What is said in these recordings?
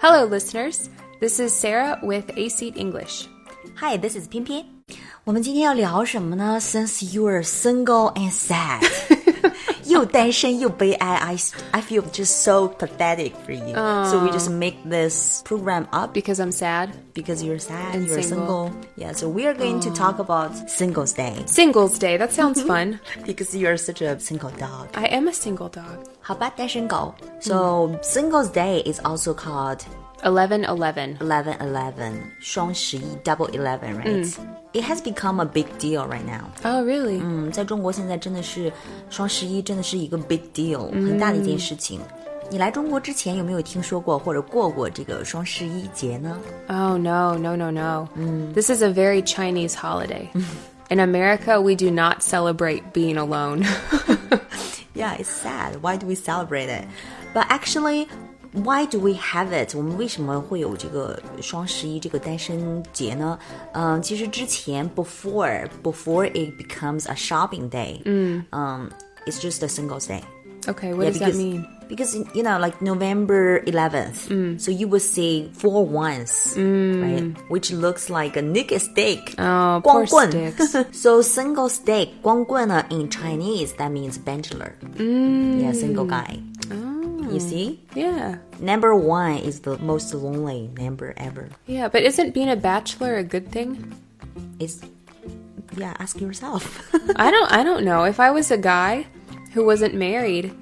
Hello, listeners. This is Sarah with A Seat English. Hi, this is 偏偏。我们今天要聊什么呢？Since you are single and sad，又单身又悲哀，I I feel just so pathetic for you.、so we just make this program up Because I'm sad. because you're sad, And you're single. single. Uh. Yeah, so we are going to talk about Singles Day Singles Day. That sounds fun. because you are such a single dog. I am a single dog. 好吧，单身狗。So Singles Day is also called 1111. Eleven Eleven, 双十一 Double Eleven, right? It has become a big deal right now. Oh, really? 嗯，在中国现在真的是双十一，真的是一个 big deal，很大的一件事情。你来中国之前有没有听说过或者过过这个双十一节呢？ Oh, no, no, no, no. This is a very Chinese holiday. In America, we do not celebrate being alone. Yeah, it's sad. Why do we celebrate it? But actually, why do we have it? 我们为什么会有这个双十一这个单身节呢？嗯，其实之前 before before it becomes a shopping day，嗯嗯，it's just a Singles Day. okay, what Yeah, does because- that mean? Mm. Because you know, like November 11th, so you would see four ones, right? Which looks like a naked steak. Oh, poor 光棍。 sticks. so single steak, 光棍呢 in Chinese that means bachelor. Mm. Yeah, single guy. Ah. You see, yeah. number one is the most lonely number ever. Yeah, but isn't being a bachelor a good thing? It's yeah. Ask yourself. I don't I don't know. If I was a guy who wasn't married,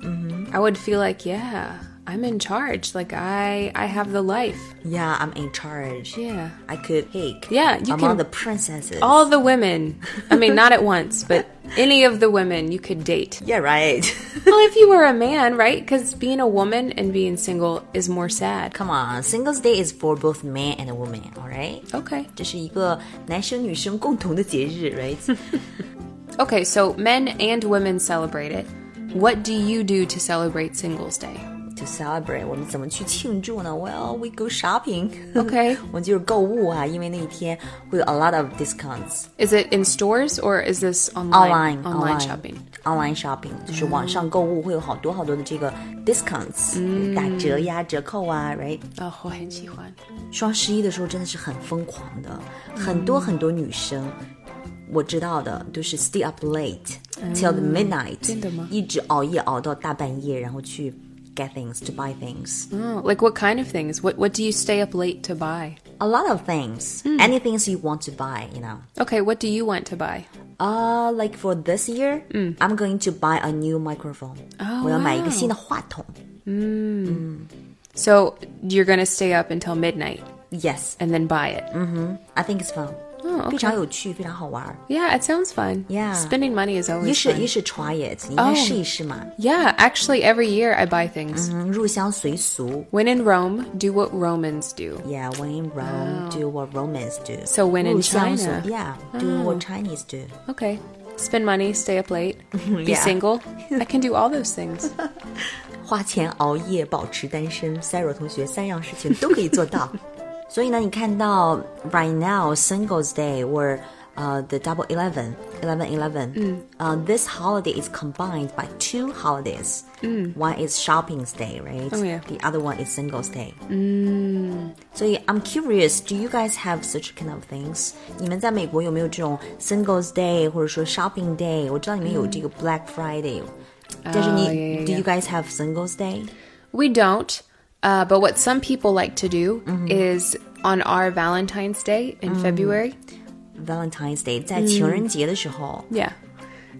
I would feel like, yeah, I'm in charge. Like I I have the life. yeah, I'm in charge. Yeah. I could pick. Yeah, you among can- the princesses. All the women. I mean, not at once, but any of the women you could date. yeah, right. Well, if you were a man, right? Cuz being a woman and being single is more sad. Come on, Singles Day is for both men and women, alright? Okay. 这是一个男生女生共同的节日，right？ Okay, so men and women celebrate it. What do you do to celebrate Singles Day? To celebrate，我们怎么去庆祝呢？Well, we go shopping. Okay. 我们就是购物啊，因为那一天会有 a lot of discounts Is it in stores or is this online online shopping? online shopping 就是网上购物会有好多好多的这个 discounts，、打折呀、折扣啊，right？ 哦，我很喜欢。双十一的时候真的是很疯狂的，很嗯多很多女生。我知道的都是 stay up late till the midnight，、嗯真的吗一直熬夜熬到大半夜，然后去 get things to buy things。 Oh, like what kind of things? What what do you stay up late to buy? A lot of things, 嗯 any things you want to buy, you know. Okay, what do you want to buy? Uh, like for this year, 嗯 I'm going to buy a new microphone. Oh, 我要买一个新的话筒。 So you're gonna stay up until midnight Yes, and then buy it. Mm. I think it's fun. Oh, 非常有趣，非常好玩。 Yeah, it sounds fun. Yeah. spending money is always You should, fun. you should try it. 你应该 Oh. 试一试嘛。 Yeah, actually, every year I buy things. 嗯，入乡随俗。 When in Rome, do what Romans do. Yeah, when in Rome, do what Romans do. Oh. So when in 入乡随- China- Oh. yeah, do what Chinese do. Okay, spend money, stay up late, be Yeah. single. I can do all those things. 花钱熬夜保持单身，Sarah 同学三样事情都可以 做到。所以呢，你看到 right now Singles Day or 呃、the Double Eleven Eleven Eleven，嗯，Mm. 呃、this holiday is combined by two holidays，嗯，one is Shopping Day, right? Mm. Oh, yeah. The other one is Singles Day. 嗯，所以 I'm curious, do you guys have such kind of things？你们在美国有没有这种 Singles Day 或者说 Shopping Day？我知道你们有这个 Black Friday，、但是你 Oh, yeah, yeah, do you yeah. guys have Singles Day？ We don't. Uh, but what some people like to do Mm-hmm. is on our Valentine's Day Mm. in February. Valentine's Day，在情人节的时候， Yeah.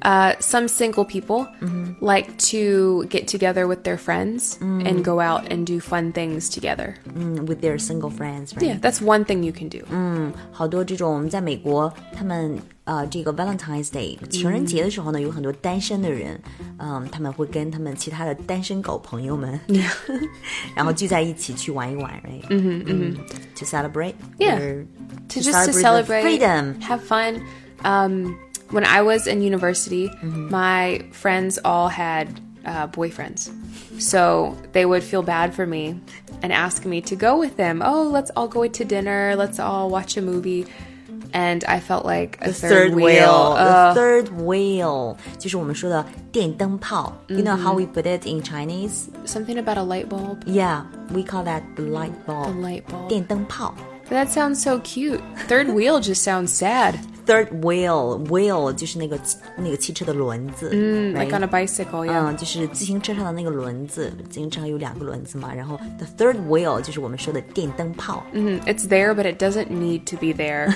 Uh, some single people Mm-hmm. like to get together with their friends Mm. and go out and do fun things together. 嗯，with their single Yeah, friends，right？、that's one thing you can do. Mm. 好多这种在美国，他们呃，这个 Valentine's Day 情人节的时候呢，有很多单身的人，嗯，他们会跟他们其他的单身狗朋友们， 然后聚在一起去玩一玩，right？嗯嗯嗯，to celebrate， Yeah. their- To just to the celebrate, freedom。 have fun. Um, when I was in university, Mm-hmm. my friends all had uh, boyfriends. So they would feel bad for me and ask me to go with them. Oh, let's all go to dinner. Let's all watch a movie. and I felt like a The third, third wheel. Uh, wheel, uh the Ugh. third wheel 就是我们说的电灯泡。You know how we put it in Chinese? something about a light bulb. Yeah, we call that the light A bulb. light bulb. 电灯泡 That sounds so cute. Third wheel just sounds sad. ，third wheel wheel 就是那个那个汽车的轮子。嗯 Like on a bicycle, yeah. 嗯，就是自行车上的那个轮子，自行车上有两个轮子嘛，然后 the third wheel 就是我们说的电灯泡。 Mm, it's there, but it doesn't need to be there.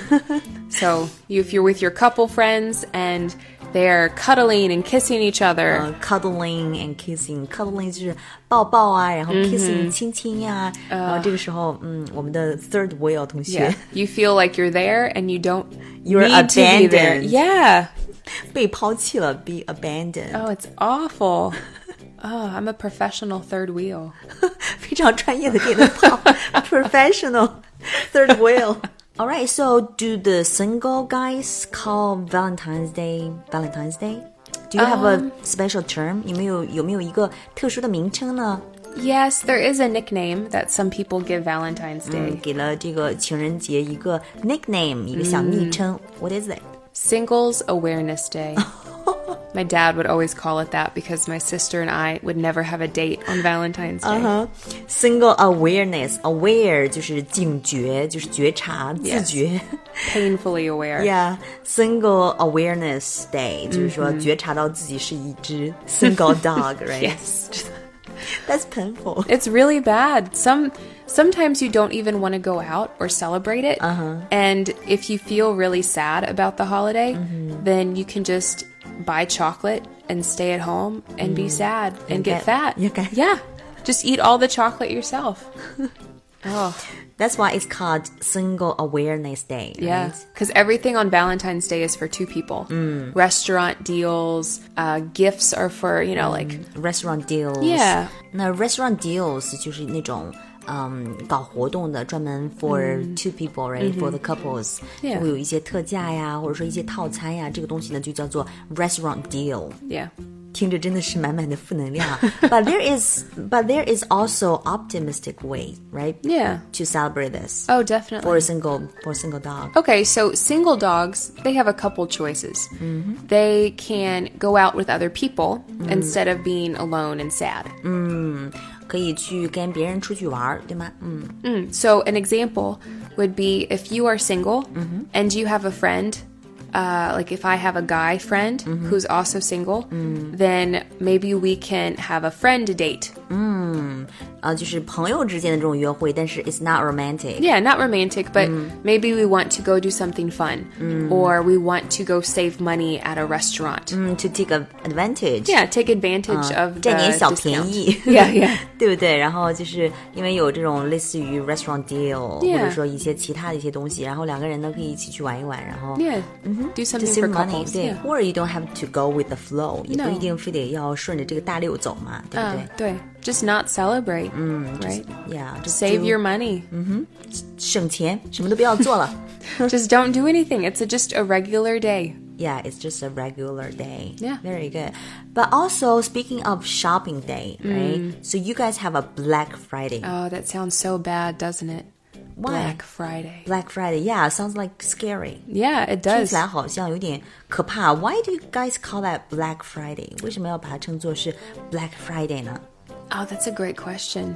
so you, if you're with your couple friends and they're cuddling and kissing each other, 呃 cuddling and kissing，cuddling 就是抱抱啊，然后 kissing、亲亲呀、然后这个时候，嗯，我们的 third wheel 同学 yeah, you feel like you're there and you don't You're need to be there. abandoned. Yeah. 被抛弃了，be abandoned， Oh, it's awful. Oh, I'm a professional third wheel. 非常专业的电灯泡 ，professional third wheel。All right, so do the single guys call Valentine's Day Valentine's Day? Do you have a special term? 有没有有没有一个特殊的名称呢？ Yes, there is a nickname that some people give Valentine's Day. 给了这个情人节一个 nickname，一个小昵称。What is it? Singles Awareness Day. my dad would always call it that because my sister and I would never have a date on Valentine's Day. Single awareness, aware 就是警觉，就是觉察、自 Yes. 觉。 Painfully aware. Yeah, single awareness day 就是说觉察到自己是一只 single dog, right? Yes. That's painful. It's really bad. Some sometimes you don't even want to go out or celebrate it. Uh-huh. And if you feel really sad about the holiday, then you can just buy chocolate and stay at home and be sad Mm. and, get, get- fat. you get- Yeah. Just eat all the chocolate yourself. oh. That's why it's called single awareness day. Yeah, right? because everything on Valentine's Day is for two people. Restaurant deals, uh, gifts are for you know Mm. like Restaurant deals. Yeah. 那 restaurant deals 就是那种。嗯搞活动的专门 for two people, right? For the couples，、Mm。Mm-hmm。 Yeah. 会有一些特价呀，或者说一些套餐呀，这个东西呢就叫做 restaurant deal。 yeah, 听着真的是满满的负能量啊。but there is, but there is also optimistic way, right? yeah. To celebrate this Oh, definitely. for a single for a single dog. Okay, so single dogs, they have a couple choices. They can go out with other people instead of being alone and sad. 可以去跟别人出去玩儿，对吗？嗯 So, an example would be if you are single and you have a friend, uh, like if I have a guy friend who's also single, then maybe we can have a friend date. 啊，就是朋友之间的这种约会，但是 it's not romantic。 Yeah, not romantic, but Mm. maybe we want to go do something fun or we want to go save money at a restaurant. 嗯，to take a advantage。 Yeah, take advantage of 占点 the 小便 discount. 宜 Yeah, yeah. 对不对？然后就是因为有这种类似于 restaurant deal，、或 Yeah. 者说一些其他的一些东西，然后两个人呢可以一起去玩一玩，然后 Yeah. Do Mm-hmm. to something for save money， couples. 对 yeah. or you don't have to go with the flow，也 No 不一定非得要顺着这个大溜走嘛，对不 Uh, 对对, just not celebrate, right? ？Yeah，just 嗯 Save Mm, do- Mm-hmm. your money. 省钱，什么都不要做了。 just don't do anything. It's a, just a regular day. Yeah, it's just a regular day. Yeah. very good. But also speaking of shopping day, right? Mm. So you guys have a Black Friday. Oh, that sounds so bad, doesn't it? Why? Black Friday. Black Friday, yeah, sounds like scary. Yeah, it 听 does. 起来好像有点可怕。Why do you guys call that Black Friday？为什么要把它称作是 Black Friday 呢？ Oh, that's a great question.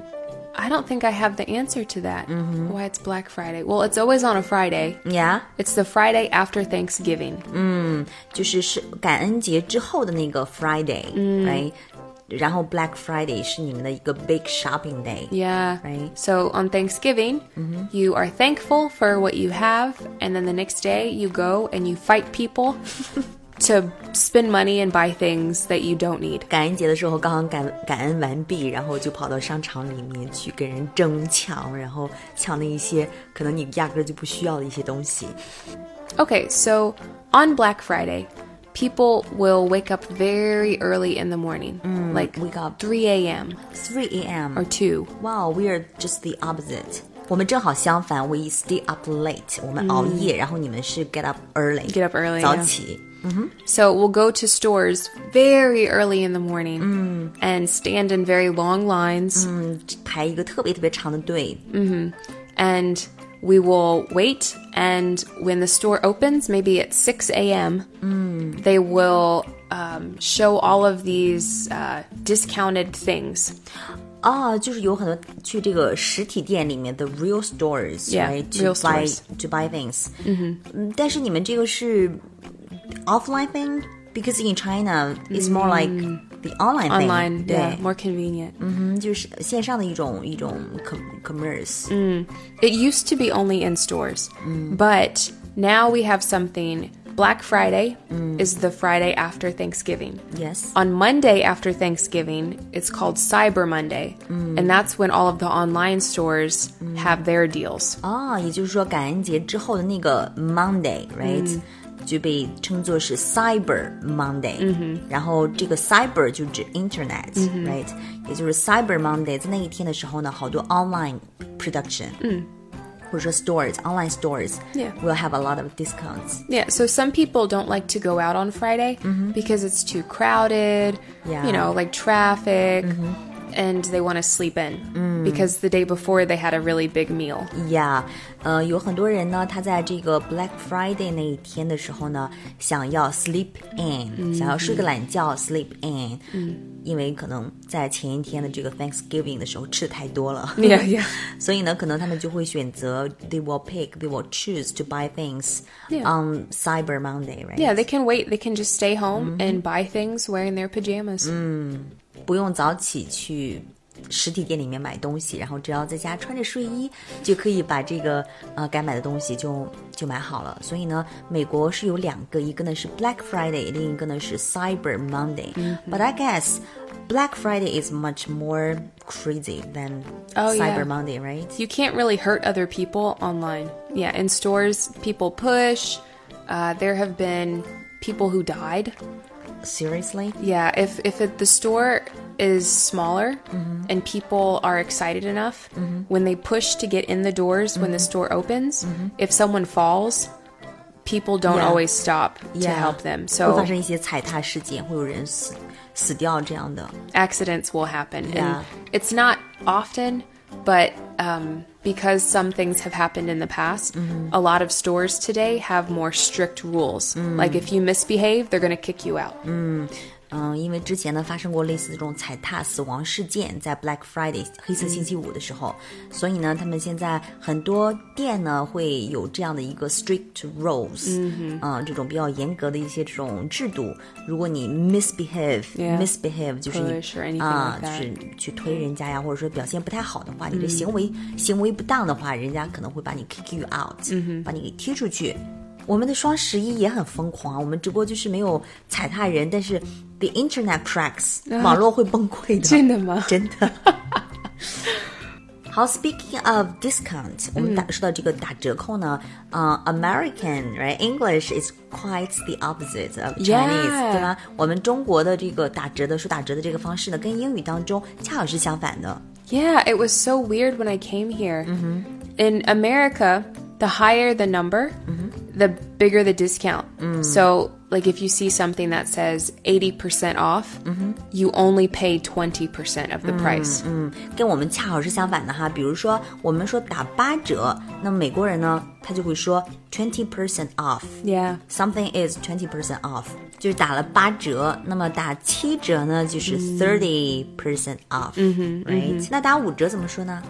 I don't think I have the answer to that. Mm-hmm. Why it's Black Friday? Well, it's always on a Friday. Yeah， It's the Friday after Thanksgiving. Mm-hmm. 就是是感恩节之后的那个 Friday，right？然后 Black Friday 是你们的一个 big shopping day。 Yeah. Right. Mm-hmm. So on Thanksgiving, you are thankful for what you have, and then the next day you go and you fight people to spend money and buy things that you don't need. 感恩节的时候刚刚感感恩完毕，然后就跑到商场里面去跟人争抢，然后抢那一些可能你压根儿就不需要的一些东西。 Okay, so on Black Friday, people will wake up very early in the morning, like Mm, wake up. 3 a.m. 3 a.m. or 2. Wow, we are just the opposite. 我们正好相反，we stay up late，我们熬夜，然后你们是 get up early。嗯 Get up early，早 yeah. 起。 So we'll go to stores very early in the morning Mm. and stand in very long lines. 排一个特别特别长的队， and we will wait, and when the store opens, maybe at 6 a.m., they will um, show all of these uh, discounted things. 啊，就是有很多去这个实体店里面的 real Yeah, stores，right？to real buy stores. to buy things。嗯哼，但是你们这个是 offline thing，because in China it's more like the online thing。Mm。 Online, 对 yeah, more convenient. 嗯，就是线上的一种一种 com- commerce。嗯 It used to be only in stores, but now we have something. Black Friday is the Friday after Thanksgiving. Yes. On Monday after Thanksgiving, it's called Cyber Monday, and that's when all of the online stores have their deals. 啊，也就是说感恩节之后的那个 Monday，right？、就被称作是 Cyber Monday，、然后这个 Cyber 就指 Internet，right？、也就是 Cyber Monday，在那一天的时候呢，好多 online production，嗯，或者说 stores，online stores Yeah. will have a lot of discounts。 Yeah, so some people don't like to go out on Friday because it's too crowded, Yeah. you know, like traffic, and they want to sleep in because the day before they had a really big meal. Yeah，呃，有很多人呢，他在这个 Black Friday 那一天的时候呢，想要 sleep in，、想嗯要睡个懒觉 sleep in，、因为可能在前一天的这个 Thanksgiving 的时候吃的太多了 Yeah, yeah. 所以呢，可能他们就会选择 they will pick they will choose to buy things Yeah. on Cyber Monday，right？、 Yeah, they can wait. They can just stay home and buy things wearing their pajamas. 不用早起去实体店里面买东西，然后只要在家穿着睡衣就可以把这个呃该买的东西就就买好了。所以呢，美国是有两个，一个呢是 Black Friday，另一个呢是 Cyber Monday。But 嗯 I guess Black Friday is much more crazy than Oh, yeah. Cyber Monday, right? You can't really hurt other people online. Yeah, in stores, people push. Uh, there have been people who died. Seriously? Yeah, if if it, the store is smaller Mm-hmm. and people are excited enough, when they push to get in the doors when the Mm-hmm. store opens, if someone falls, people don't Yeah. always stop to Yeah. help them. 会发 So 生一些踩踏事件，会有人死死掉这样的。 accidents will happen. Yeah. And it's not often, but um, because some things have happened in the past, Mm-hmm. a lot of stores today have more strict rules. Mm. Like if you misbehave, they're going to kick you out. 嗯，因为之前呢发生过类似这种踩踏死亡事件，在 Black Friday 黑色星期五的时候，所以呢，他们现在很多店呢会有这样的一个 strict rules，嗯、呃这种比较严格的一些这种制度。如果你 misbehave，misbehave Yeah. 就是你 Push or anything 啊、 like that. 就是去推人家呀，或者说表现不太好的话，嗯你的行为、行为不当的话，人家可能会把你 kick you out，、把你嗯给踢出去。我们的双十一也很疯狂，我们直播就是没有踩踏人，但是 the internet cracks，、网络会崩溃的，啊真的吗 真的。好，Speaking of discount，、我嗯们打说到这个打折扣呢，呃、a m e r i c a n right English is quite the opposite of Chinese，、 Yeah 对吧？我们中国的这个打折的说打折的这个方式呢，跟英语当中恰好是相反的。 Yeah, it was so weird when I came here. Mm-hmm. In America, the higher the number, Mm-hmm. the bigger the discount. Mm. So, like if you see something that says 80% off, Mm-hmm. you only pay 20% Mm, of the price. 跟我们恰好是相反的哈。比如说，我们说打八折，那么美国人呢，他就会说 twenty percent off。 Yeah. Something is twenty percent off，就是打了八折。那么打七折呢，就是 thirty percent off，right？、那打五折怎么说呢？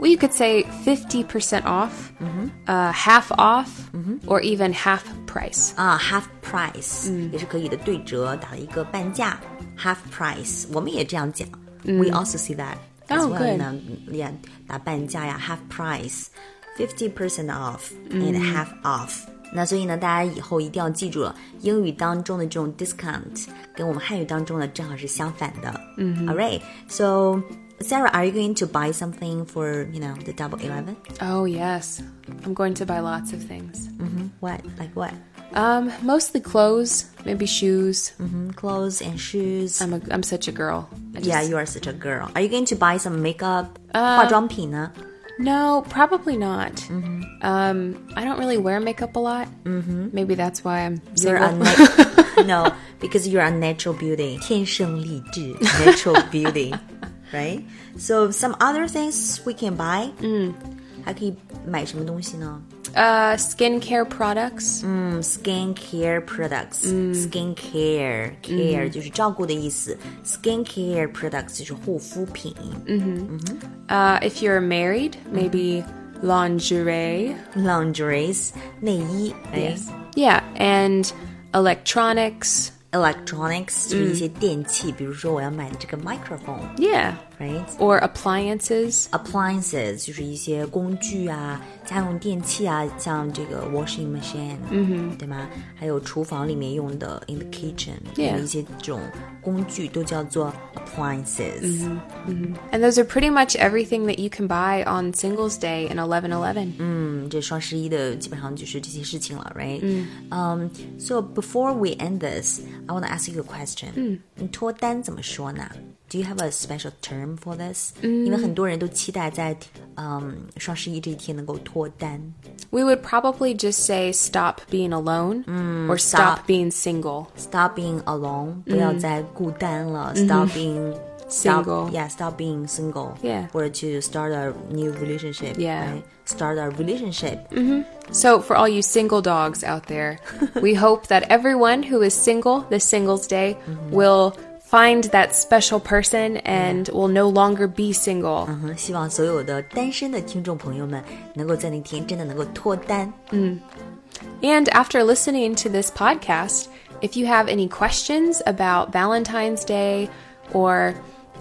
Well, you could say 50% off, Mm-hmm. uh, half off, or even half price. 啊、h a l f price、也是可以的，对折打了一个半价，half price，我们也这样讲。We also see that as Oh, well good. 呢，呀，打半价呀，half price，fifty percent off and half off。那所以呢，大家以后一定要记住了，英语当中的这种 discount 跟我们汉语当中呢正好是相反的。嗯，All right, so Sarah, are you going to buy something for you know the Double Eleven? Oh, yes. I'm going to buy lots of things. What like what? Um, mostly clothes, maybe shoes. Mm, Clothes and shoes. I'm, a, I'm such a girl. I just Uh, Yeah, you are such a girl. Are you going to buy some makeup? 化妆品呢？ No, probably not. Um, I don't really wear makeup a lot. Mm-hmm. Maybe that's why I'm You're single. a nat- no, because you're a natural beauty. 天生丽质 Mm.，natural beauty, right? So some other things we can buy. 嗯，还可以买什么东西呢？ Uh, skincare products. 嗯，skincare products，skincare care 就是照顾的意思，skincare products 就是护肤品。 Uh, if you're married, maybe lingerie. lingeries 内衣，哎 Yeah, and electronics. ，electronics 就是一些电器，比如说我要买的这个 microphone，right？ Yeah. Or appliances. appliances 就是一些工具啊、家用电器啊，像这个 washing machine，嗯哼，对吗？还有厨房里面用的 in the kitchen， Yeah 有一些这种工具都叫做 appliances。 And those are pretty much everything that you can buy on Singles Day and 1111. Mm. 嗯这双十一的基本上就是这些事情了，right？嗯、um,，So before we end this, I want to ask you a question。嗯，你脱单怎么说呢？Do you have a special term for this？、因为很多人都期待在嗯双十一这一天能够脱单。 We would probably just say stop being alone or stop, Mm, stop. being single. Stop being alone，、不要再孤单了。Stop being Single. Stop, yeah, stop being single. Yeah. Or to start a new relationship. Yeah. right? Start a relationship. So, for all you single dogs out there, we hope that everyone who is single this Singles Day will find that special person and will no longer be single. 嗯，希望所有的单身的听众朋友们能够在那天真的能够脱单。 And after listening to this podcast, if you have any questions about Valentine's Day or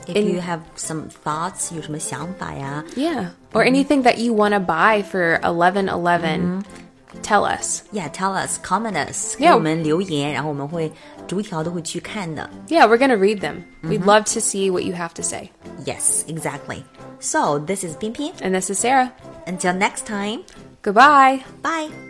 If you have some thoughts，有什么想法呀 yeah, or anything that you want to buy for 1111, tell us. ？Yeah, tell us, comment us，给 Yeah. 我们留言，然后我们会逐条都会去看的。 Yeah, we're going to read them. We'd love to see what you have to say. Yes, exactly. So this is 偏偏 And this is Sarah. Until next time, Goodbye. bye.